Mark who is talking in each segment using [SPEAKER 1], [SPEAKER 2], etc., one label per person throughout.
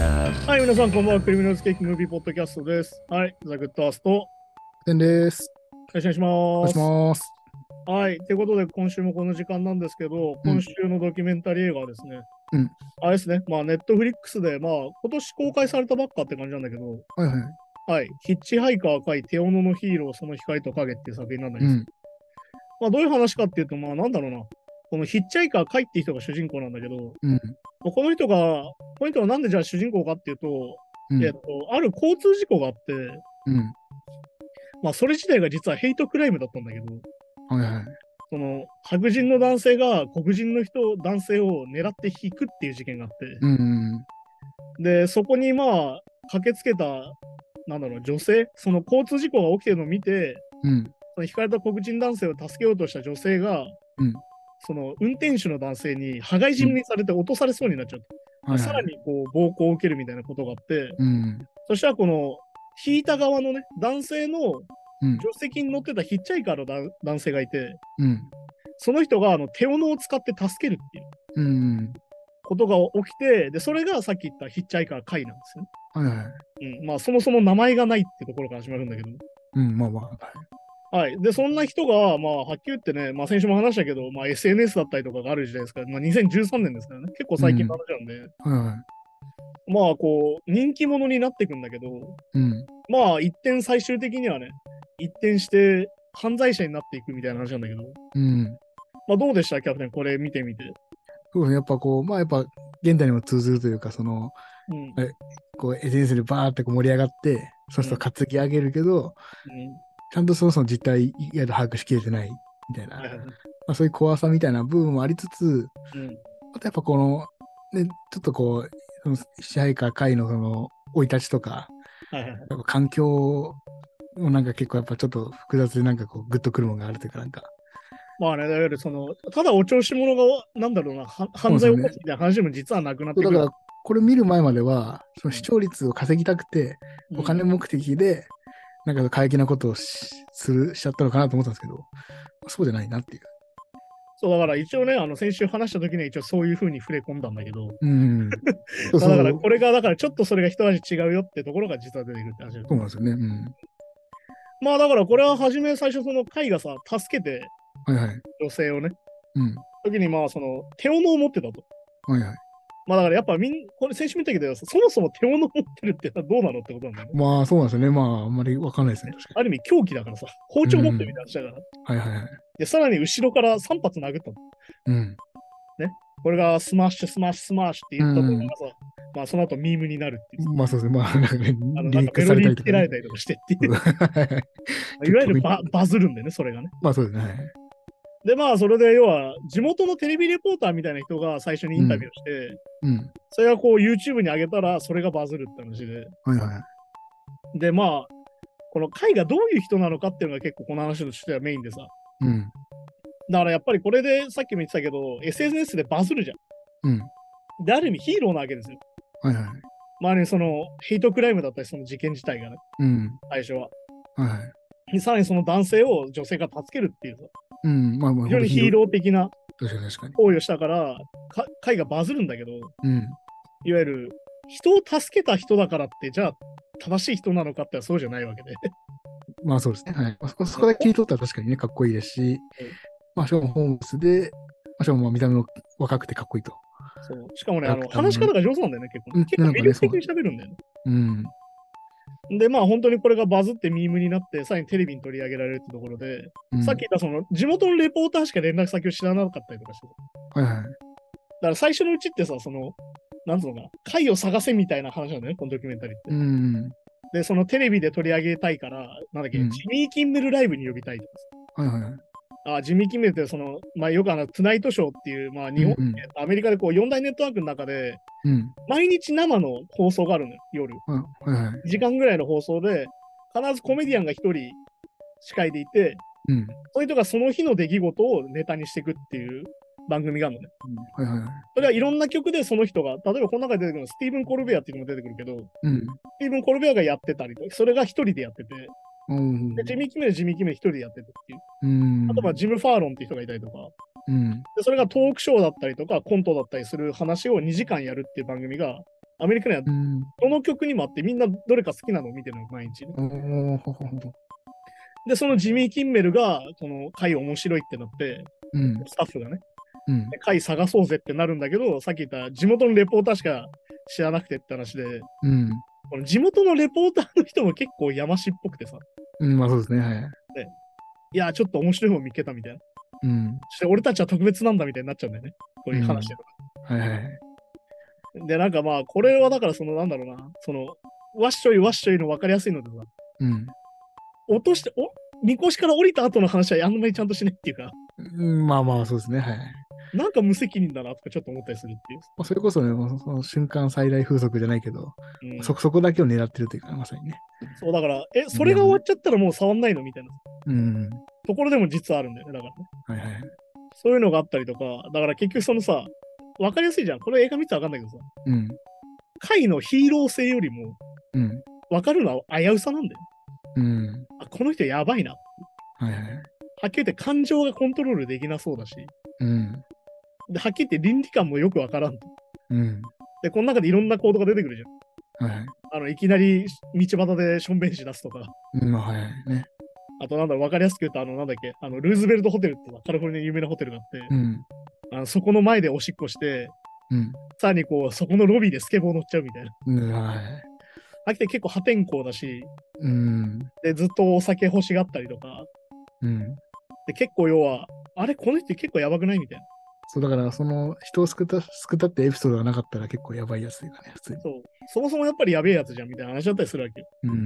[SPEAKER 1] 皆さん、こんばんは。クリミナルスケーキムービーポッドキャストです。はい。ザ・グッドアースト。よ
[SPEAKER 2] てんです。
[SPEAKER 1] ろしく
[SPEAKER 2] お
[SPEAKER 1] お願い
[SPEAKER 2] 願い
[SPEAKER 1] し
[SPEAKER 2] し
[SPEAKER 1] ま
[SPEAKER 2] ます。
[SPEAKER 1] す。はい。ということで、今週もこの時間なんですけど、今週のドキュメンタリー映画はですね、
[SPEAKER 2] うん
[SPEAKER 1] あれですね、まあ、ネットフリックスで、まあ、今年公開されたばっかって感じなんだけど、
[SPEAKER 2] はいはい。
[SPEAKER 1] はい。ヒッチハイカー界、テオノのヒーロー、その光と影っていう作品なんだけ
[SPEAKER 2] う
[SPEAKER 1] ど、
[SPEAKER 2] ん。
[SPEAKER 1] まあ、どういう話かっていうと、まあ、なんだろうな。このヒッチハイカー海っていう人が主人公なんだけど、
[SPEAKER 2] うん。
[SPEAKER 1] まあこの人が、この人はなんでじゃあ主人公かっていうと、
[SPEAKER 2] うん。
[SPEAKER 1] えっと、ある交通事故があって、
[SPEAKER 2] うん。
[SPEAKER 1] まあ、それ自体が実はヘイトクライムだったんだけど、
[SPEAKER 2] はいはい。
[SPEAKER 1] その白人の男性が黒人の人、男性を狙って引くっていう事件があっ
[SPEAKER 2] うん。
[SPEAKER 1] て、で、そこにまあ、駆けつけた、なんだろう、女性、その交通事故が起きてるのを見て、
[SPEAKER 2] うん。
[SPEAKER 1] その引かれた黒人男性を助けようとした女性が、
[SPEAKER 2] うん
[SPEAKER 1] その運転手の男性に羽交い締めにされて落とされそうになっちゃって、
[SPEAKER 2] はい
[SPEAKER 1] さら
[SPEAKER 2] はい。
[SPEAKER 1] にこう暴行を受けるみたいなことがあって、
[SPEAKER 2] うん。
[SPEAKER 1] そしたらこの引いた側のね、男性の助
[SPEAKER 2] うん。
[SPEAKER 1] 手席に乗ってたヒッチャイカーの男男性がいて、
[SPEAKER 2] うん。
[SPEAKER 1] その人があの手斧を使って助けるっていう
[SPEAKER 2] うん。
[SPEAKER 1] ことが起きて、で、それがさっき言ったヒッチャイカー会なんですよね。
[SPEAKER 2] はいはい。
[SPEAKER 1] うん、まあそもそも名前がないってところから始まるんだけど。
[SPEAKER 2] うん。まあまあ。
[SPEAKER 1] はい。で、そんな人が、まあ、はっきり言ってね、まあ、先週も話したけど、まあ、SNS だったりとかがある時代ですから、まあ、2013年ですからね、結構最近の話なんで、
[SPEAKER 2] はいはい。
[SPEAKER 1] まあ、こう、人気者になっていくんだけど、
[SPEAKER 2] うん。
[SPEAKER 1] まあ、一転最終的にはね、一転して犯罪者になっていくみたいな話なんだけど、
[SPEAKER 2] うん。
[SPEAKER 1] まあ、どうでした、キャプテン、これ見てみて。
[SPEAKER 2] そうですね。やっぱこう、まあやっぱ、現代にも通ずるというか、その、
[SPEAKER 1] うん。うん
[SPEAKER 2] こう、SNS でバーってこう盛り上がって、そうすると担ぎ上げるけど、ちゃんとそもそも実態、いわゆる把握しきれてない、みたいな。
[SPEAKER 1] はいはい
[SPEAKER 2] まあそういう怖さみたいな部分もありつつ、
[SPEAKER 1] うん
[SPEAKER 2] あとやっぱこの、ね、ちょっとこう、その支配下会のその生い立ちとか、
[SPEAKER 1] はいはいはい
[SPEAKER 2] やっぱ環境もなんか結構やっぱちょっと複雑でなんかこうグッとくるものがあるというかなんか、
[SPEAKER 1] まあね、だからその、ただお調子者が、なんだろうな、は犯罪を起こすみたいな話も実はなくなって
[SPEAKER 2] だ
[SPEAKER 1] く
[SPEAKER 2] か
[SPEAKER 1] る。
[SPEAKER 2] らこれ見る前まではその視聴率を稼ぎたくて、
[SPEAKER 1] うん
[SPEAKER 2] お金目的でなんか過激なことをしするしちゃったのかなと思ったんですけど、そうじゃないなっていう。
[SPEAKER 1] そう、だから一応ね、あの、先週話した時には一応そういう風に触れ込んだんだけど、
[SPEAKER 2] うん。 そう
[SPEAKER 1] ま
[SPEAKER 2] そ
[SPEAKER 1] あ
[SPEAKER 2] う。
[SPEAKER 1] だから
[SPEAKER 2] そ
[SPEAKER 1] これがだからちょっとそれが一味違うよってところが実は出てくるって話だよ
[SPEAKER 2] うなんですよね。う
[SPEAKER 1] まあだからこれは初め最初その会がさ助けて
[SPEAKER 2] ん。はいはい。
[SPEAKER 1] 女性をね
[SPEAKER 2] うん。
[SPEAKER 1] 時にまあその手斧を持ってたと
[SPEAKER 2] はいはい。
[SPEAKER 1] まあだからやっぱみんこれ先週見たけどそもそも手斧を持ってるってのはどうなのってことなんだよね
[SPEAKER 2] まあそうなんですよね。まああんまりわかんないですね。確か
[SPEAKER 1] ある意味凶器だからさ包丁持ってるみたいな話だから、
[SPEAKER 2] に。はいはいはい。
[SPEAKER 1] でさらに後ろから3発殴ったの
[SPEAKER 2] うん。
[SPEAKER 1] これがスマッシュスマッシュスマッシュって言ったところがさ、まあその後ミームになるっていう
[SPEAKER 2] まあそうですね。まあなんかね
[SPEAKER 1] あの、な
[SPEAKER 2] リ
[SPEAKER 1] ん
[SPEAKER 2] ー
[SPEAKER 1] か
[SPEAKER 2] ク
[SPEAKER 1] メ
[SPEAKER 2] さ
[SPEAKER 1] ロ
[SPEAKER 2] れ
[SPEAKER 1] デ
[SPEAKER 2] た
[SPEAKER 1] ィーつ
[SPEAKER 2] りと
[SPEAKER 1] け
[SPEAKER 2] から
[SPEAKER 1] れ
[SPEAKER 2] ね。
[SPEAKER 1] たりとかしてっていう、
[SPEAKER 2] はい
[SPEAKER 1] いわゆるババズるんでねそれがね
[SPEAKER 2] まあそうですね。はい
[SPEAKER 1] でまあそれで要は地元のテレビレポーターみたいな人が最初にインタビューをして、
[SPEAKER 2] うん。
[SPEAKER 1] それがこう YouTube に上げたらそれがバズるって話で
[SPEAKER 2] はいはい。
[SPEAKER 1] でまあこの会がどういう人なのかっていうのが結構この話としてはメインでさ
[SPEAKER 2] うん。
[SPEAKER 1] だからやっぱりこれでさっきも言ってたけど SNS でバズるじゃ
[SPEAKER 2] うん。
[SPEAKER 1] んである意味ヒーローなわけですよ
[SPEAKER 2] はいはい。
[SPEAKER 1] まあねそのヘイトクライムだったりその事件自体がね
[SPEAKER 2] うん。
[SPEAKER 1] 最初は
[SPEAKER 2] はいはい。
[SPEAKER 1] でさらにその男性を女性が助けるっていうさ
[SPEAKER 2] うん。まあまあ、
[SPEAKER 1] 非常にヒーロー的な
[SPEAKER 2] ー。確かに確かに。
[SPEAKER 1] 行為をしたからか会がバズるんだけど
[SPEAKER 2] うん。
[SPEAKER 1] いわゆる人を助けた人だからってじゃあ正しい人なのかってそうじゃないわけで。
[SPEAKER 2] まあそうですね。はい。まあそこそこだけ切り取ったら確かにね、かっこいいですし、まあしかもホームスで、まあしかもまあ見た目も若くてかっこいいと。
[SPEAKER 1] そう しかもね、あの
[SPEAKER 2] 楽だね
[SPEAKER 1] 話し方が上手なんだよね、結構、
[SPEAKER 2] うん
[SPEAKER 1] 結構
[SPEAKER 2] なんか
[SPEAKER 1] 魅
[SPEAKER 2] ね
[SPEAKER 1] 力的に喋るんだよね。
[SPEAKER 2] うん。
[SPEAKER 1] で、まあ本当にこれがバズってミームになって、さらにテレビに取り上げられるってところで、
[SPEAKER 2] うん
[SPEAKER 1] さっき。言ったその地元のレポーターしか連絡先を知らなかったりとかして、だ
[SPEAKER 2] はいはい。
[SPEAKER 1] から最初のうちってさ、その、なんつうのかな、貝を探せみたいな話なんだよね、このドキュメンタリーって。
[SPEAKER 2] うん。
[SPEAKER 1] で、そのテレビで取り上げたいから、なんだっけ、
[SPEAKER 2] うん
[SPEAKER 1] ジミー・キンメルライブに呼びたいとかさ
[SPEAKER 2] はいはいはい。
[SPEAKER 1] あジミー・キンメルってその、まあ、よくあの、トゥナイトショーっていう、まあ、日本、
[SPEAKER 2] うんうん
[SPEAKER 1] アメリカでこう4大ネットワークの中で、
[SPEAKER 2] うん。
[SPEAKER 1] 毎日生の放送があるのよ、夜。
[SPEAKER 2] あはいはい。
[SPEAKER 1] 時間ぐらいの放送で、必ずコメディアンが一人司会でいて、
[SPEAKER 2] うん。
[SPEAKER 1] そういう人がその日の出来事をネタにしていくっていう番組があるのね。
[SPEAKER 2] はいはいはい。
[SPEAKER 1] それはいろんな曲でその人が、例えばこの中で出てくるのはスティーブン・コルベアっていうのも出てくるけど、ス
[SPEAKER 2] うん。
[SPEAKER 1] ティーブン・コルベアがやってたりとか、それが一人でやってて、
[SPEAKER 2] うん
[SPEAKER 1] でジミー・キメル、ジミー・キメル一人でやっててっていう。
[SPEAKER 2] うん。
[SPEAKER 1] あとまあジム・ファーロンっていう人がいたりとか、
[SPEAKER 2] うん。
[SPEAKER 1] でそれがトークショーだったりとか、コントだったりする話を2時間やるっていう番組が、アメリカには
[SPEAKER 2] うん。
[SPEAKER 1] どの曲にもあってみんなどれか好きなのを見てるの、毎日ね。
[SPEAKER 2] おおほほほ。
[SPEAKER 1] で、そのジミー・キンメルが、この回面白いってなって、
[SPEAKER 2] うん。
[SPEAKER 1] スタッフがね、
[SPEAKER 2] うん。
[SPEAKER 1] で回探そうぜってなるんだけど、さっき言った地元のレポーターしか知らなくてって話で、
[SPEAKER 2] うん。
[SPEAKER 1] この地元のレポーターの人も結構山師っぽくてさ、
[SPEAKER 2] うん、まあそうですね。はい。
[SPEAKER 1] いや、ちょっと面白いもん見っけたみたいな。
[SPEAKER 2] うん。
[SPEAKER 1] そして俺たちは特別なんだみたいになっちゃうんだよね。こういう話で。
[SPEAKER 2] はいはい。
[SPEAKER 1] で、なんかまあ、これはだからその、なんだろうな、その、わっしょいわっしょいの分かりやすいのでさ、
[SPEAKER 2] うん。
[SPEAKER 1] 落として、おみこしから降りた後の話はあんまりちゃんとしないっていうか、
[SPEAKER 2] うんまあまあそうですね。はい。
[SPEAKER 1] なんか無責任だなとかちょっと思ったりするっていう。
[SPEAKER 2] まあそれこそね、もうその瞬間最大風速じゃないけど、
[SPEAKER 1] うん
[SPEAKER 2] そ、そこだけを狙ってるというか、まさにね。
[SPEAKER 1] そうだから、え、それが終わっちゃったらもう触んないのみたいな
[SPEAKER 2] うん。
[SPEAKER 1] ところでも実はあるんだよね。だからね。
[SPEAKER 2] はいはい。
[SPEAKER 1] そういうのがあったりとか、だから結局そのさ、わかりやすいじゃん。これ映画見てたらわかんないけどさ、
[SPEAKER 2] うん。
[SPEAKER 1] 回のヒーロー性よりも、
[SPEAKER 2] うん。
[SPEAKER 1] わかるのは危うさなんだよ。
[SPEAKER 2] うん。
[SPEAKER 1] あ、この人やばいな。は
[SPEAKER 2] はいはい。
[SPEAKER 1] っきり言って感情がコントロールできなそうだし、
[SPEAKER 2] うん。
[SPEAKER 1] ではっきり言って倫理観もよくわからんと。
[SPEAKER 2] うん。
[SPEAKER 1] で、この中でいろんな行動が出てくるじゃん。
[SPEAKER 2] はいはい。
[SPEAKER 1] あの、いきなり道端でしょんべんし出すとか、
[SPEAKER 2] うん、まあはいはい。ね。
[SPEAKER 1] あとなんだろう、わかりやすく言うと、あの、なんだっけ、あの、ルーズベルトホテルってさカリフォルニアに有名なホテルがあって、
[SPEAKER 2] うん。
[SPEAKER 1] あのそこの前でおしっこして、
[SPEAKER 2] うん。
[SPEAKER 1] さらにこう、そこのロビーでスケボー乗っちゃうみたいな。
[SPEAKER 2] うん、はい。
[SPEAKER 1] 秋田結構破天荒だし、
[SPEAKER 2] うん。
[SPEAKER 1] で、ずっとお酒欲しがったりとか、
[SPEAKER 2] うん。
[SPEAKER 1] で、結構要は、あれ、この人結構やばくないみたいな。
[SPEAKER 2] そう、だから、その、人を救った、救ったってエピソードがなかったら結構やばいやつというかね、普通に。
[SPEAKER 1] そう。そもそもやっぱりやべえやつじゃんみたいな話だったりするわけよ。
[SPEAKER 2] うん。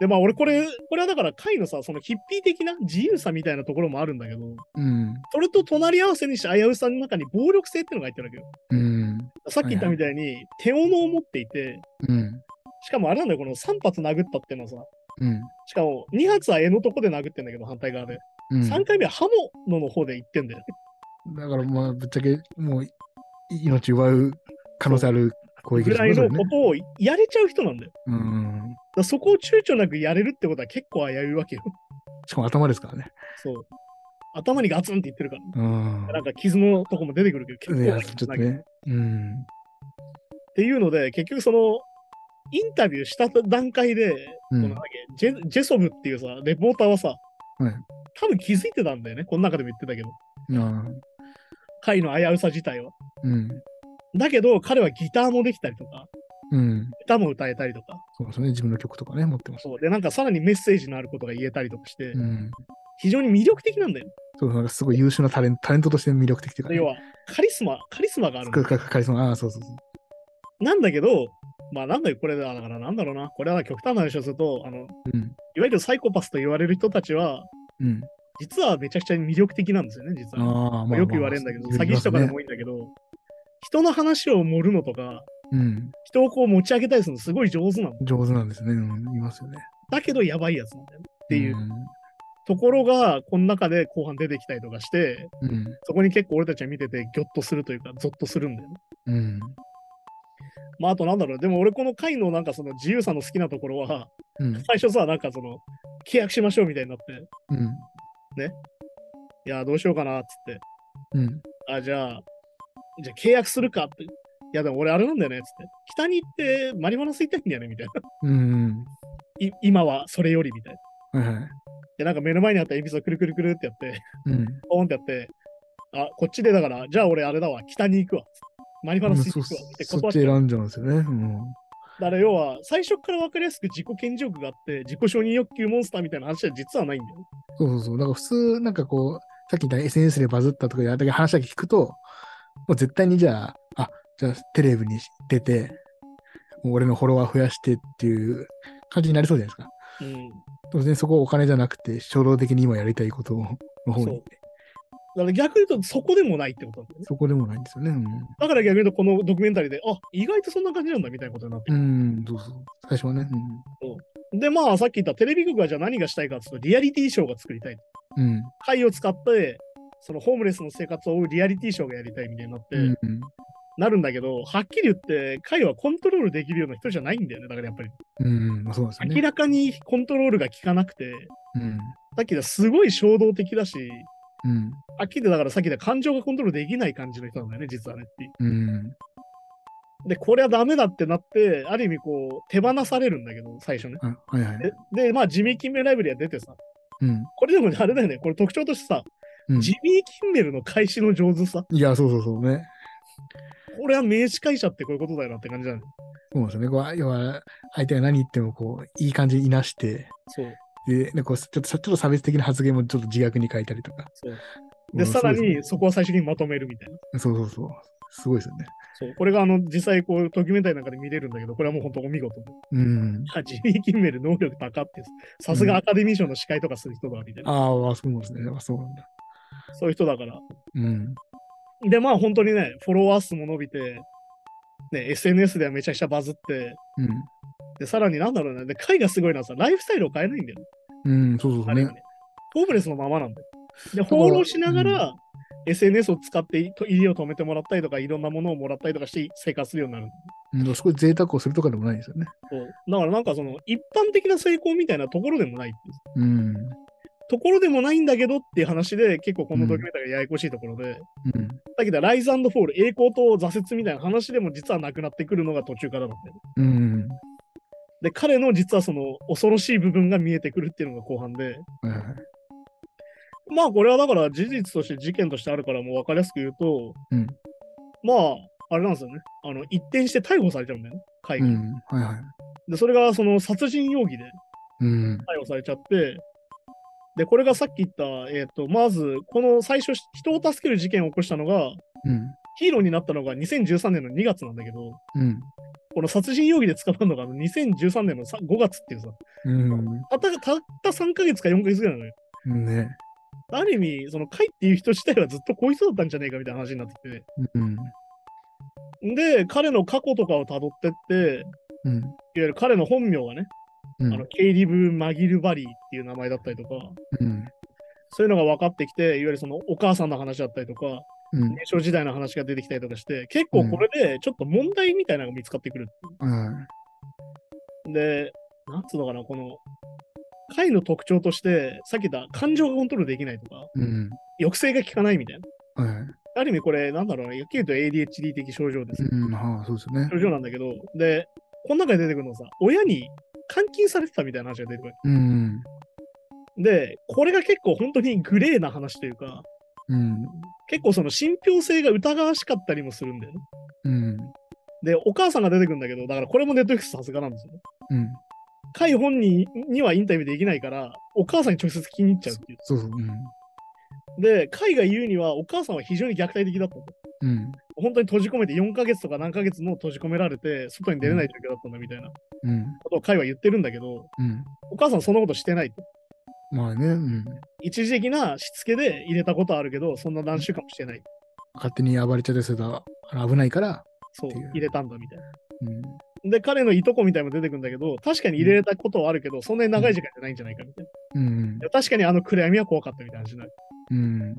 [SPEAKER 1] で、まあ俺これ、これはだから、会のさ、そのヒッピー的な自由さみたいなところもあるんだけど、
[SPEAKER 2] うん。
[SPEAKER 1] それと隣り合わせにして危うさの中に暴力性ってのが入ってるわけよ。
[SPEAKER 2] うん。
[SPEAKER 1] さっき言ったみたいに、手斧を持っていて、
[SPEAKER 2] うん。
[SPEAKER 1] しかもあれなんだよ、この3発殴ったってのはさ、
[SPEAKER 2] うん。
[SPEAKER 1] しかも2発は柄のとこで殴ってんだけど、反対側で。
[SPEAKER 2] うん。
[SPEAKER 1] 3回目は刃物の方で行ってんだよね。
[SPEAKER 2] だから、まあ、ぶっちゃけ、もう、い命奪う可能性ある攻撃
[SPEAKER 1] ぐ
[SPEAKER 2] です
[SPEAKER 1] ら
[SPEAKER 2] ね
[SPEAKER 1] い
[SPEAKER 2] そ
[SPEAKER 1] のこ
[SPEAKER 2] れね。
[SPEAKER 1] とをやれちゃう人なんだよ。だか
[SPEAKER 2] うん。
[SPEAKER 1] らそこを躊躇なくやれるってことは結構危ういわけよ。
[SPEAKER 2] しかも頭ですからね。
[SPEAKER 1] そう。頭にガツンっていってるから。
[SPEAKER 2] うん。
[SPEAKER 1] なんか傷のとこも出てくるけど、
[SPEAKER 2] い
[SPEAKER 1] 結構
[SPEAKER 2] や、
[SPEAKER 1] な
[SPEAKER 2] ちょ
[SPEAKER 1] 傷
[SPEAKER 2] っと
[SPEAKER 1] だけどっ
[SPEAKER 2] ね。うん。
[SPEAKER 1] ていうので、結局その、インタビューした段階で、
[SPEAKER 2] う
[SPEAKER 1] そのなん
[SPEAKER 2] ん
[SPEAKER 1] だっ。けジェジェソブっていうさ、レポーターはさ、
[SPEAKER 2] はい
[SPEAKER 1] 多分気づいてたんだよね。この中でも言ってたけど、
[SPEAKER 2] うん
[SPEAKER 1] 回の危うさ自体は。
[SPEAKER 2] うん。
[SPEAKER 1] だけど、彼はギターもできたりとか、
[SPEAKER 2] うん。
[SPEAKER 1] 歌も歌えたりとか、
[SPEAKER 2] そうですね。自分の曲とかね、持ってます。
[SPEAKER 1] そうで、なんかさらにメッセージのあることが言えたりとかして、
[SPEAKER 2] うん。
[SPEAKER 1] 非常に魅力的なんだよ。
[SPEAKER 2] そう、なんかすごい優秀なタレント、タレントとして魅力的というか、ね。
[SPEAKER 1] 要は、カリスマ、カリスマがあるんだ
[SPEAKER 2] かかかりそうな、ああ、そうそうそう。
[SPEAKER 1] なんだけど、まあなんだよ、これだ、だからなんだろうな、これは極端な話をすると、あの、
[SPEAKER 2] う
[SPEAKER 1] い
[SPEAKER 2] ん。
[SPEAKER 1] わゆるサイコパスと言われる人たちは、
[SPEAKER 2] うん。
[SPEAKER 1] 実はめちゃくちゃ魅力的なんですよね、実
[SPEAKER 2] ああ、
[SPEAKER 1] は。
[SPEAKER 2] まあ、まあ。
[SPEAKER 1] よく言われるんだけど、
[SPEAKER 2] 言
[SPEAKER 1] 詐
[SPEAKER 2] い
[SPEAKER 1] 欺
[SPEAKER 2] ま
[SPEAKER 1] 師
[SPEAKER 2] す
[SPEAKER 1] と
[SPEAKER 2] ね
[SPEAKER 1] かでも多いんだけど、人の話を盛るのとか、
[SPEAKER 2] うん。
[SPEAKER 1] 人をこう持ち上げたりするのすごい上手なの。
[SPEAKER 2] 上手なんですね。うん。いますよね。
[SPEAKER 1] だけどやばいやつなんだよね。っていう
[SPEAKER 2] うん。
[SPEAKER 1] ところが、この中で後半出てきたりとかして、
[SPEAKER 2] うん。
[SPEAKER 1] そこに結構俺たちは見てて、ギョッとするというか、ゾッとするんだよね。
[SPEAKER 2] うん。
[SPEAKER 1] まああとなんだろう、でも俺この回のなんかその自由さの好きなところは、
[SPEAKER 2] うん。
[SPEAKER 1] 最初さ、なんかその、契約しましょうみたいになって、
[SPEAKER 2] うん。
[SPEAKER 1] いや、どうしようかなっつって。
[SPEAKER 2] うん。
[SPEAKER 1] あ、じゃあ、じゃあ契約するかって。いや、でも俺あれなんだよねっつって。北に行ってマリファナ吸いたいんだよねみたいな。
[SPEAKER 2] うん。
[SPEAKER 1] い今はそれよりみたいな。
[SPEAKER 2] はいはい。
[SPEAKER 1] で、なんか目の前にあったエビスをくるくるくるってやって、
[SPEAKER 2] うん。
[SPEAKER 1] ポンってやって、あ、こっちでだから、じゃあ俺あれだわ、北に行くわ。マリファナ吸いに
[SPEAKER 2] そ
[SPEAKER 1] 行
[SPEAKER 2] う
[SPEAKER 1] く
[SPEAKER 2] そ
[SPEAKER 1] わって
[SPEAKER 2] そ
[SPEAKER 1] 断
[SPEAKER 2] っ
[SPEAKER 1] っ
[SPEAKER 2] ち
[SPEAKER 1] て。
[SPEAKER 2] 選んじゃうんですよね。うん。
[SPEAKER 1] だから要は、最初から分かりやすく自己顕示欲があって、自己承認欲求モンスターみたいな話は実はないんだよね。
[SPEAKER 2] そうそうそう。だから普通、なんかこう、さっき言った SNS でバズったとかやったけど話だけ聞くと、もう絶対にじゃあ、あ、じゃあテレビに出て、もう俺のフォロワー増やしてっていう感じになりそうじゃないですか。
[SPEAKER 1] うん。
[SPEAKER 2] 当然そこはお金じゃなくて、衝動的に今やりたいことの方に
[SPEAKER 1] そうだから逆に言うと、そこでもないってことなんだよね。
[SPEAKER 2] そこでもないんですよね。
[SPEAKER 1] だから逆に言うと、このドキュメンタリーで、あ、意外とそんな感じなんだみたいなことになって
[SPEAKER 2] う
[SPEAKER 1] る。
[SPEAKER 2] ん。うん、そうそう。最初はね。
[SPEAKER 1] で、まあ、さっき言ったテレビ局はじゃあ何がしたいかっていうと、リアリティショーが作りたい。
[SPEAKER 2] うん。
[SPEAKER 1] 会を使って、そのホームレスの生活を追うリアリティショーがやりたいみたいになって、
[SPEAKER 2] うん。うん。
[SPEAKER 1] なるんだけど、はっきり言って、会はコントロールできるような人じゃないんだよね。だからやっぱり、
[SPEAKER 2] うん。まあそうです
[SPEAKER 1] 明
[SPEAKER 2] ね。
[SPEAKER 1] らかにコントロールが効かなくて、
[SPEAKER 2] うん。
[SPEAKER 1] さっき言ったすごい衝動的だし、
[SPEAKER 2] うん。
[SPEAKER 1] はっきり言ってだからさっき言った感情がコントロールできない感じの人なんだよね、実はねっていう。
[SPEAKER 2] うん。
[SPEAKER 1] で、これはダメだってなって、ある意味こう、手放されるんだけど、最初ね。
[SPEAKER 2] うんはいはい。
[SPEAKER 1] で、でまあ、ジミー・キンメルライブリーは出てさ、
[SPEAKER 2] うん。
[SPEAKER 1] これでもねあれだよね、これ特徴としてさ、
[SPEAKER 2] うん
[SPEAKER 1] ジミー・キンメルの開始の上手さ、
[SPEAKER 2] いや、そうそうそうね。
[SPEAKER 1] これは名詞解釈ってこういうことだよなって感じだね。
[SPEAKER 2] そうですよね。こう要は、相手が何言っても、こう、いい感じにいなして、
[SPEAKER 1] そう。
[SPEAKER 2] で、ねこうちょっと、ちょっと差別的な発言もちょっと自虐に書いたりとか。
[SPEAKER 1] そう
[SPEAKER 2] う
[SPEAKER 1] で、
[SPEAKER 2] ん
[SPEAKER 1] さら。
[SPEAKER 2] そうで
[SPEAKER 1] にそこは最終的にまとめるみたいな。
[SPEAKER 2] すねそうそうそう。すごいですよね。
[SPEAKER 1] そう。これがあの、実際こう、ドキュメンタリーなんかで見れるんだけど、これはもう本当お見事。
[SPEAKER 2] うん。
[SPEAKER 1] あジミー・キンメル能力高って、さすがアカデミー賞の司会とかする人だみたいな。
[SPEAKER 2] あーあ、そうなんですね。あそうなんだ。
[SPEAKER 1] そういう人だから。
[SPEAKER 2] うん。
[SPEAKER 1] で、まあ本当にね、フォロワー数も伸びて、ね、SNS ではめちゃくちゃバズって、
[SPEAKER 2] うん。
[SPEAKER 1] で、さらになんだろうね、で、会がすごいのはさ、ライフスタイルを変えないんだよね。
[SPEAKER 2] うん、そうそうそ
[SPEAKER 1] あ
[SPEAKER 2] う
[SPEAKER 1] れ
[SPEAKER 2] ね
[SPEAKER 1] ね。。ホームレスのままなんだよ。で、
[SPEAKER 2] から
[SPEAKER 1] 放浪しながら、SNS を使ってい家を止めてもらったりとか、いろんなものをもらったりとかして生活するようになる。
[SPEAKER 2] うん、すごい贅沢をするとかでもないですよね。
[SPEAKER 1] そうだからなんかその、一般的な成功みたいなところでもないっていう
[SPEAKER 2] うん。
[SPEAKER 1] ところでもないんだけどっていう話で、結構このドキュメンタリーがややこしいところで、
[SPEAKER 2] うん。
[SPEAKER 1] さっき言ったライズフォール、栄光と挫折みたいな話でも実はなくなってくるのが途中からなんだよね。
[SPEAKER 2] うん。
[SPEAKER 1] で、彼の実はその恐ろしい部分が見えてくるっていうのが後半で、
[SPEAKER 2] はいはい。
[SPEAKER 1] まあこれはだから事実として事件としてあるからもう分かりやすく言うと、
[SPEAKER 2] うん
[SPEAKER 1] まあ、あれなんですよね。あの、一転して逮捕されちゃうんだよね、海
[SPEAKER 2] う
[SPEAKER 1] 外。
[SPEAKER 2] ん。はいはい。
[SPEAKER 1] で、それがその殺人容疑で
[SPEAKER 2] うん。
[SPEAKER 1] 逮捕されちゃって、で、これがさっき言った、えっ、と、まず、この最初、人を助ける事件を起こしたのが、
[SPEAKER 2] うん。
[SPEAKER 1] ヒーローになったのが2013年の2月なんだけど、
[SPEAKER 2] うん。
[SPEAKER 1] この殺人容疑で捕まるのがあの2013年のさ5月っていうさ、
[SPEAKER 2] うん。
[SPEAKER 1] たったたった3ヶ月か4ヶ月ぐらいなのよ。
[SPEAKER 2] うんね。
[SPEAKER 1] ある意味、その会っていう人自体はずっとこいつだったんじゃねえかみたいな話になって
[SPEAKER 2] うん。
[SPEAKER 1] て。で、彼の過去とかを辿ってって、
[SPEAKER 2] うん。
[SPEAKER 1] いわゆる彼の本名がね、
[SPEAKER 2] うん
[SPEAKER 1] あのケイリブ・マギル・バリーっていう名前だったりとか、
[SPEAKER 2] うん。
[SPEAKER 1] そういうのが分かってきて、いわゆるそのお母さんの話だったりとか、
[SPEAKER 2] うん。
[SPEAKER 1] 年少時代の話が出てきたりとかして、結構これでちょっと問題みたいなのが見つかってくる。
[SPEAKER 2] うん。
[SPEAKER 1] で、なんつうのかな、この、会の特徴として、さっき言った感情がコントロールできないとか、
[SPEAKER 2] うん。
[SPEAKER 1] 抑制が効かないみたいな。
[SPEAKER 2] はい。
[SPEAKER 1] ある意味これ、なんだろうね、野球と ADHD 的症状です、
[SPEAKER 2] うん。はあ、そうですよね。
[SPEAKER 1] 症状なんだけど、で、この中で出てくるのはさ、親に監禁されてたみたいな話が出てくる。
[SPEAKER 2] うん。
[SPEAKER 1] で、これが結構本当にグレーな話というか、
[SPEAKER 2] うん。
[SPEAKER 1] 結構その信憑性が疑わしかったりもするんだよね。
[SPEAKER 2] うん。
[SPEAKER 1] で、お母さんが出てくるんだけど、だからこれもネットフリックスさすがなんですよね。
[SPEAKER 2] うん。
[SPEAKER 1] 会本人にはインタビューできないから、お母さんに直接気に入っちゃうっていう。
[SPEAKER 2] そうそう。うん。
[SPEAKER 1] で、海が言うには、お母さんは非常に虐待的だったと。
[SPEAKER 2] うん。
[SPEAKER 1] 本当に閉じ込めて4ヶ月とか何ヶ月も閉じ込められて、外に出れない状況だったんだみたいな
[SPEAKER 2] うん。
[SPEAKER 1] ことを海は言ってるんだけど、
[SPEAKER 2] うん。
[SPEAKER 1] お母さんはそんなことしてないと。
[SPEAKER 2] まあね、うん。
[SPEAKER 1] 一時的なしつけで入れたことはあるけど、そんな何週間もしてない。
[SPEAKER 2] 勝手に暴れちゃってそれだ危ないから。
[SPEAKER 1] そう、
[SPEAKER 2] っていう
[SPEAKER 1] 入れたんだみたいな。
[SPEAKER 2] うん。
[SPEAKER 1] で、彼のいとこみたいのも出てくるんだけど、確かに入れれたことはあるけど、そんなに長い時間じゃないんじゃないかみたいな。
[SPEAKER 2] うん
[SPEAKER 1] で。確かにあの暗闇は怖かったみたいな話になる。
[SPEAKER 2] うん。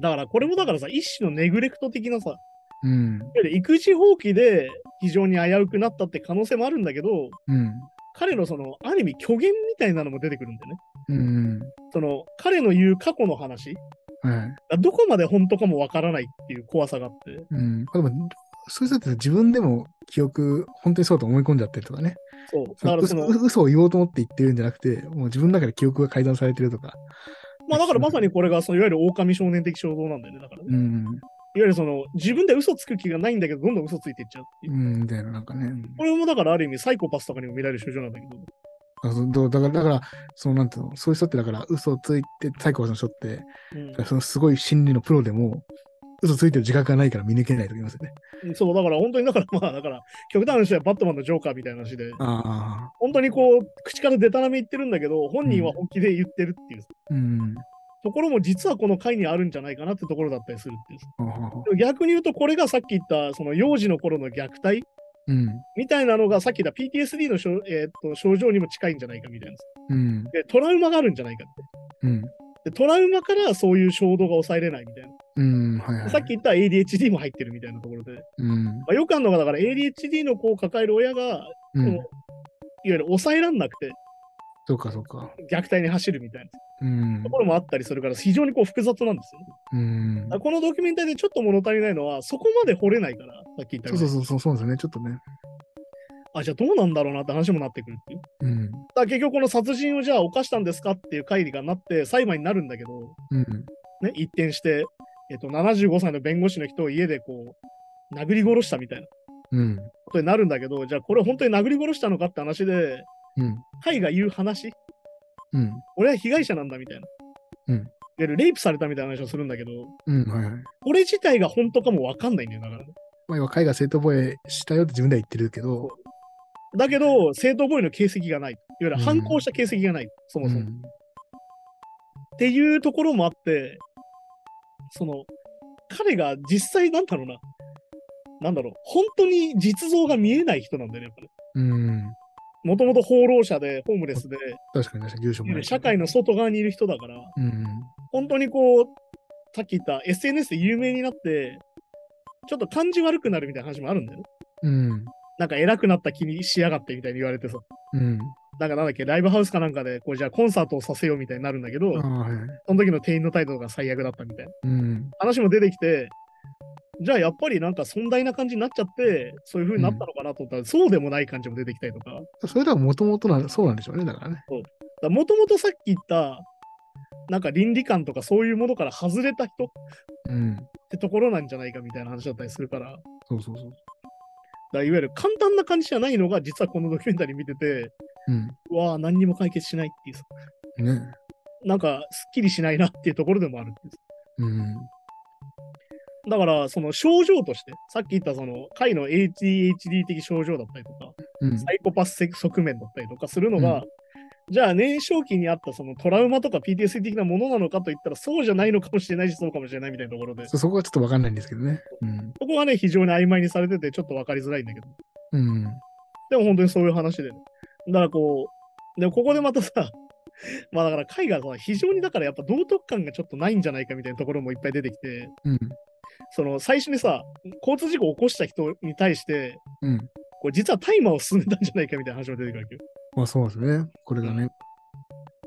[SPEAKER 1] だから、これもだからさ、一種のネグレクト的なさ、
[SPEAKER 2] うん。
[SPEAKER 1] いわゆる育児放棄で非常に危うくなったって可能性もあるんだけど、
[SPEAKER 2] うん。
[SPEAKER 1] 彼のその、ある意味虚言みたいなのも出てくるんだよね。
[SPEAKER 2] うん。
[SPEAKER 1] その、彼の言う過去の話、
[SPEAKER 2] はい。
[SPEAKER 1] どこまで本当かもわからないっていう怖さがあって、
[SPEAKER 2] うん。でも、そういう人って自分でも記憶、本当にそうと思い込んじゃってるとかね。
[SPEAKER 1] そう。
[SPEAKER 2] そ
[SPEAKER 1] だか
[SPEAKER 2] の
[SPEAKER 1] らそ の、
[SPEAKER 2] 嘘嘘を言おうと思って言ってるんじゃなくて、もう自分の中で記憶が改ざんされてるとか。
[SPEAKER 1] まあだからまさにこれが、そのいわゆる狼少年的衝動なんだよね。だからね、
[SPEAKER 2] う
[SPEAKER 1] いわ
[SPEAKER 2] ん。
[SPEAKER 1] ゆるその、自分で嘘つく気がないんだけど、どんどん嘘ついていっちゃうっていうう。
[SPEAKER 2] ん、みたいな、なんかね。
[SPEAKER 1] これもだからある意味サイコパスとかにも見られる症状なんだけど、
[SPEAKER 2] あそうどうだから、だから、その、なんていうの、そういう人って、だから、嘘をついて、最高の人って、そのすごい心理のプロでも、嘘ついてる自覚がないから見抜けないとか言いますよね。
[SPEAKER 1] うんそう、だから本当にだからまあだから、極端な話はバットマンのジョーカーみたいな話で、
[SPEAKER 2] ああ。
[SPEAKER 1] 本当にこう、口からデタラメ言ってるんだけど、本人は本気で言ってるっていう。
[SPEAKER 2] うん。
[SPEAKER 1] ところも実はこの回にあるんじゃないかなってところだったりするっていう
[SPEAKER 2] ああ
[SPEAKER 1] でも逆に言うと、これがさっき言った、その幼児の頃の虐待
[SPEAKER 2] うん。
[SPEAKER 1] みたいなのが、さっき言った PTSD のしょ、えーっと症状にも近いんじゃないかみたいな。
[SPEAKER 2] うん。
[SPEAKER 1] で、トラウマがあるんじゃないかっ
[SPEAKER 2] うん。
[SPEAKER 1] て。で、トラウマからそういう衝動が抑えれないみたいな。
[SPEAKER 2] うん。はいはい。
[SPEAKER 1] さっき言った ADHD も入ってるみたいなところで。
[SPEAKER 2] うん。
[SPEAKER 1] まあ、よくあるのが、だから ADHD の子を抱える親が、
[SPEAKER 2] う
[SPEAKER 1] その
[SPEAKER 2] ん
[SPEAKER 1] いわ。ゆる抑えらんなくて、
[SPEAKER 2] そっかそっか。
[SPEAKER 1] 虐待に走るみたいな
[SPEAKER 2] うん
[SPEAKER 1] と。ころもあったりするから、非常にこう複雑なんですよね。
[SPEAKER 2] う
[SPEAKER 1] だ
[SPEAKER 2] ん
[SPEAKER 1] か。らこのドキュメンタリーでちょっと物足りないのは、そこまで掘れないから、さっき言ったよ
[SPEAKER 2] そう
[SPEAKER 1] に
[SPEAKER 2] そうそうそう、そうですよね。ちょっとね。
[SPEAKER 1] あ、じゃあどうなんだろうなって話もなってくるっていう。
[SPEAKER 2] うん。
[SPEAKER 1] だから結局この殺人をじゃあ犯したんですかっていう会議がなって裁判になるんだけど、
[SPEAKER 2] うん。
[SPEAKER 1] ね、一転して、えっと、75歳の弁護士の人を家でこう、殴り殺したみたいな
[SPEAKER 2] うん。
[SPEAKER 1] ことになるんだけど、じゃあこれ本当に殴り殺したのかって話で、
[SPEAKER 2] うん。
[SPEAKER 1] 会が言う話、
[SPEAKER 2] うん。
[SPEAKER 1] 俺は被害者なんだみたいな。
[SPEAKER 2] うん
[SPEAKER 1] いわゆるレイプされたみたいな話をするんだけど、
[SPEAKER 2] うん。はいはい。
[SPEAKER 1] これ自体が本当かもわかんないんだよ、だから。
[SPEAKER 2] まあ、今、海外正当防衛したよって自分では言ってるけど、
[SPEAKER 1] だけど、正当防衛の形跡がない。いわゆる反抗した形跡がない、そも
[SPEAKER 2] う
[SPEAKER 1] そも。
[SPEAKER 2] ん。
[SPEAKER 1] っていうところもあって、その、彼が実際なんだろうな、なんだろう、本当に実像が見えない人なんだよね、やっぱり。
[SPEAKER 2] うん。
[SPEAKER 1] もともと放浪者で、ホームレスで、
[SPEAKER 2] 確かに確かに、住所もない。
[SPEAKER 1] 社会の外側にいる人だから、
[SPEAKER 2] うん。
[SPEAKER 1] 本当にこう、さっき言った SNS で有名になって、ちょっと感じ悪くなるみたいな話もあるんだよね。
[SPEAKER 2] うん。
[SPEAKER 1] なんか偉くなった気にしやがってみたいに言われてさ、
[SPEAKER 2] うん。
[SPEAKER 1] なんかなんだっけ、ライブハウスかなんかで、こうじゃあコンサートをさせようみたいになるんだけど、
[SPEAKER 2] ああ、はい。
[SPEAKER 1] その時の店員の態度が最悪だったみたいな。
[SPEAKER 2] うん。
[SPEAKER 1] 話も出てきて、じゃあやっぱりなんか尊大な感じになっちゃって、そういう風になったのかなと思ったら、そうでもない感じも出てきたりとか、だか
[SPEAKER 2] それではもともとな、そうなんでしょうね。だからね。
[SPEAKER 1] らもともとさっき言った、なんか倫理観とかそういうものから外れた人っ
[SPEAKER 2] うん。
[SPEAKER 1] てところなんじゃないかみたいな話だったりするから、だか
[SPEAKER 2] そうそうそう。
[SPEAKER 1] らいわゆる簡単な感じじゃないのが、実はこのドキュメンタリー見てて、
[SPEAKER 2] うん。
[SPEAKER 1] うわあ、何にも解決しないっていうさ、
[SPEAKER 2] ね。
[SPEAKER 1] なんかすっきりしないなっていうところでもあるんです。
[SPEAKER 2] うん。
[SPEAKER 1] だから、その症状として、さっき言ったその、会の ADHD 的症状だったりとか、
[SPEAKER 2] うん。
[SPEAKER 1] サイコパス的側面だったりとかするのが、じゃあ年少期にあったそのトラウマとか PTSD 的なものなのかといったらそうじゃないのかもしれないしそうかもしれないみたいなところで
[SPEAKER 2] そそこはちょっとわかんないんですけどね。うん。
[SPEAKER 1] そこがね非常に曖昧にされててちょっと分かりづらいんだけど
[SPEAKER 2] うん。
[SPEAKER 1] でも本当にそういう話で、ね、だからこうでもここでまたさ まあだから海外は非常にだからやっぱ道徳感がちょっとないんじゃないかみたいなところもいっぱい出てきて
[SPEAKER 2] うん。
[SPEAKER 1] その最初にさ交通事故を起こした人に対して
[SPEAKER 2] うん。
[SPEAKER 1] こう実は大麻を進めたんじゃないかみたいな話も出てくるわけよ
[SPEAKER 2] まあそうですね。これがね。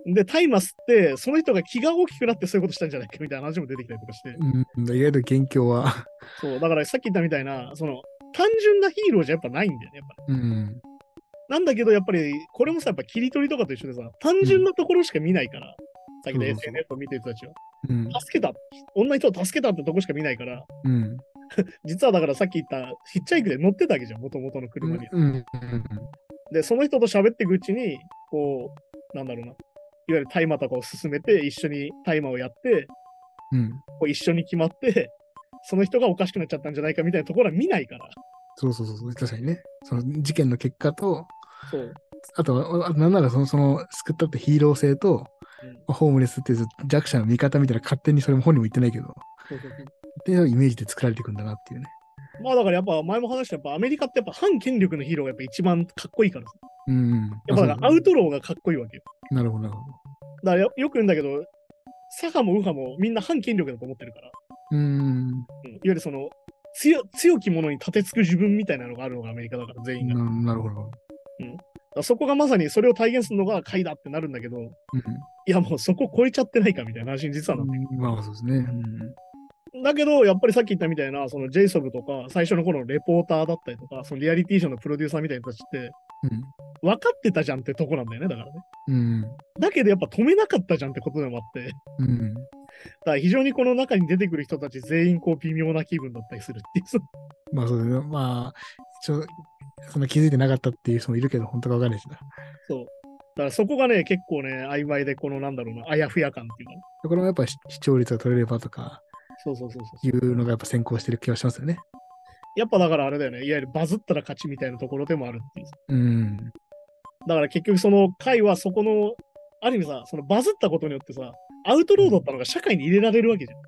[SPEAKER 1] で、大麻吸って、その人が気が大きくなってそういうことしたんじゃないかみたいな話も出てきたりとかして。
[SPEAKER 2] うん。意外と元凶は。
[SPEAKER 1] そう、だからさっき言ったみたいな、その、単純なヒーローじゃやっぱないんだよね、やっぱ。
[SPEAKER 2] うん。
[SPEAKER 1] なんだけど、やっぱり、これもさ、やっぱ切り取りとかと一緒でさ、単純なところしか見ないから、さっきの
[SPEAKER 2] そうそうそう
[SPEAKER 1] SNS を見てる人たちは。
[SPEAKER 2] うん。
[SPEAKER 1] 助けた女の人を助けたってとこしか見ないから、
[SPEAKER 2] うん。
[SPEAKER 1] 実はだからさっき言った、ヒッチハイクで乗ってたわけじゃん、元々の車に。
[SPEAKER 2] うん。
[SPEAKER 1] で、その人と喋っていくうちに、こう、なんだろうな、いわゆる大麻とかを進めて、一緒に大麻をやって、
[SPEAKER 2] うん。
[SPEAKER 1] こう一緒に決まって、その人がおかしくなっちゃったんじゃないかみたいなところは見ないから。
[SPEAKER 2] そうそうそう。確かにね。その事件の結果と、
[SPEAKER 1] そう。
[SPEAKER 2] あとは、あなんならその、その、救ったってヒーロー性と、ホームレスっていう弱者の味方みたいな、勝手にそれも本人も言ってないけど、っていうイメージで作られていくんだなっていうね。
[SPEAKER 1] まあだからやっぱ前も話したやっぱアメリカってやっぱ反権力のヒーローがやっぱ一番かっこいいからさ。
[SPEAKER 2] うん。
[SPEAKER 1] やっぱだからアウトローがかっこいいわけよ。
[SPEAKER 2] なるほど、なるほど。
[SPEAKER 1] だからよよく言うんだけど、左派も右派もみんな反権力だと思ってるから、
[SPEAKER 2] うん。
[SPEAKER 1] うんいわゆるその強強き者に立てつく自分みたいなのがあるのがアメリカだから全員が。だか
[SPEAKER 2] ななるほど。
[SPEAKER 1] らそこがまさにそれを体現するのが会だってなるんだけど、
[SPEAKER 2] う
[SPEAKER 1] いやもうそこ超えちゃってないかみたいな話に実はなって
[SPEAKER 2] ん。まあそうですね。
[SPEAKER 1] だけど、やっぱりさっき言ったみたいな、その JSOB とか、最初の頃のレポーターだったりとか、そのリアリティショーのプロデューサーみたいな人たちって、分かってたじゃんってとこなんだよね、だからね。
[SPEAKER 2] うん。
[SPEAKER 1] だけどやっぱ止めなかったじゃんってことでもあって、だ
[SPEAKER 2] うん。うん。
[SPEAKER 1] から非常にこの中に出てくる人たち全員こう微妙な気分だったりするっていう。
[SPEAKER 2] まあそうですね。まあ、一応、そんな気づいてなかったっていう人もいるけど、本当かわかんないしな。
[SPEAKER 1] そう。だからそこがね、結構ね、曖昧で、このなんだろうな、あやふや感っていうかね。
[SPEAKER 2] これもやっぱ視視聴率が取れればとか
[SPEAKER 1] そうそうそうそう。
[SPEAKER 2] いうのがやっぱ先行してる気がしますよね。
[SPEAKER 1] やっぱだからあれだよね、いわゆるバズったら勝ちみたいなところでもあるっていう。
[SPEAKER 2] うん。
[SPEAKER 1] だから結局その会はそこの、ある意味さ、そのバズったことによってさ、アウトローだったのが社会に入れられるわけじゃん。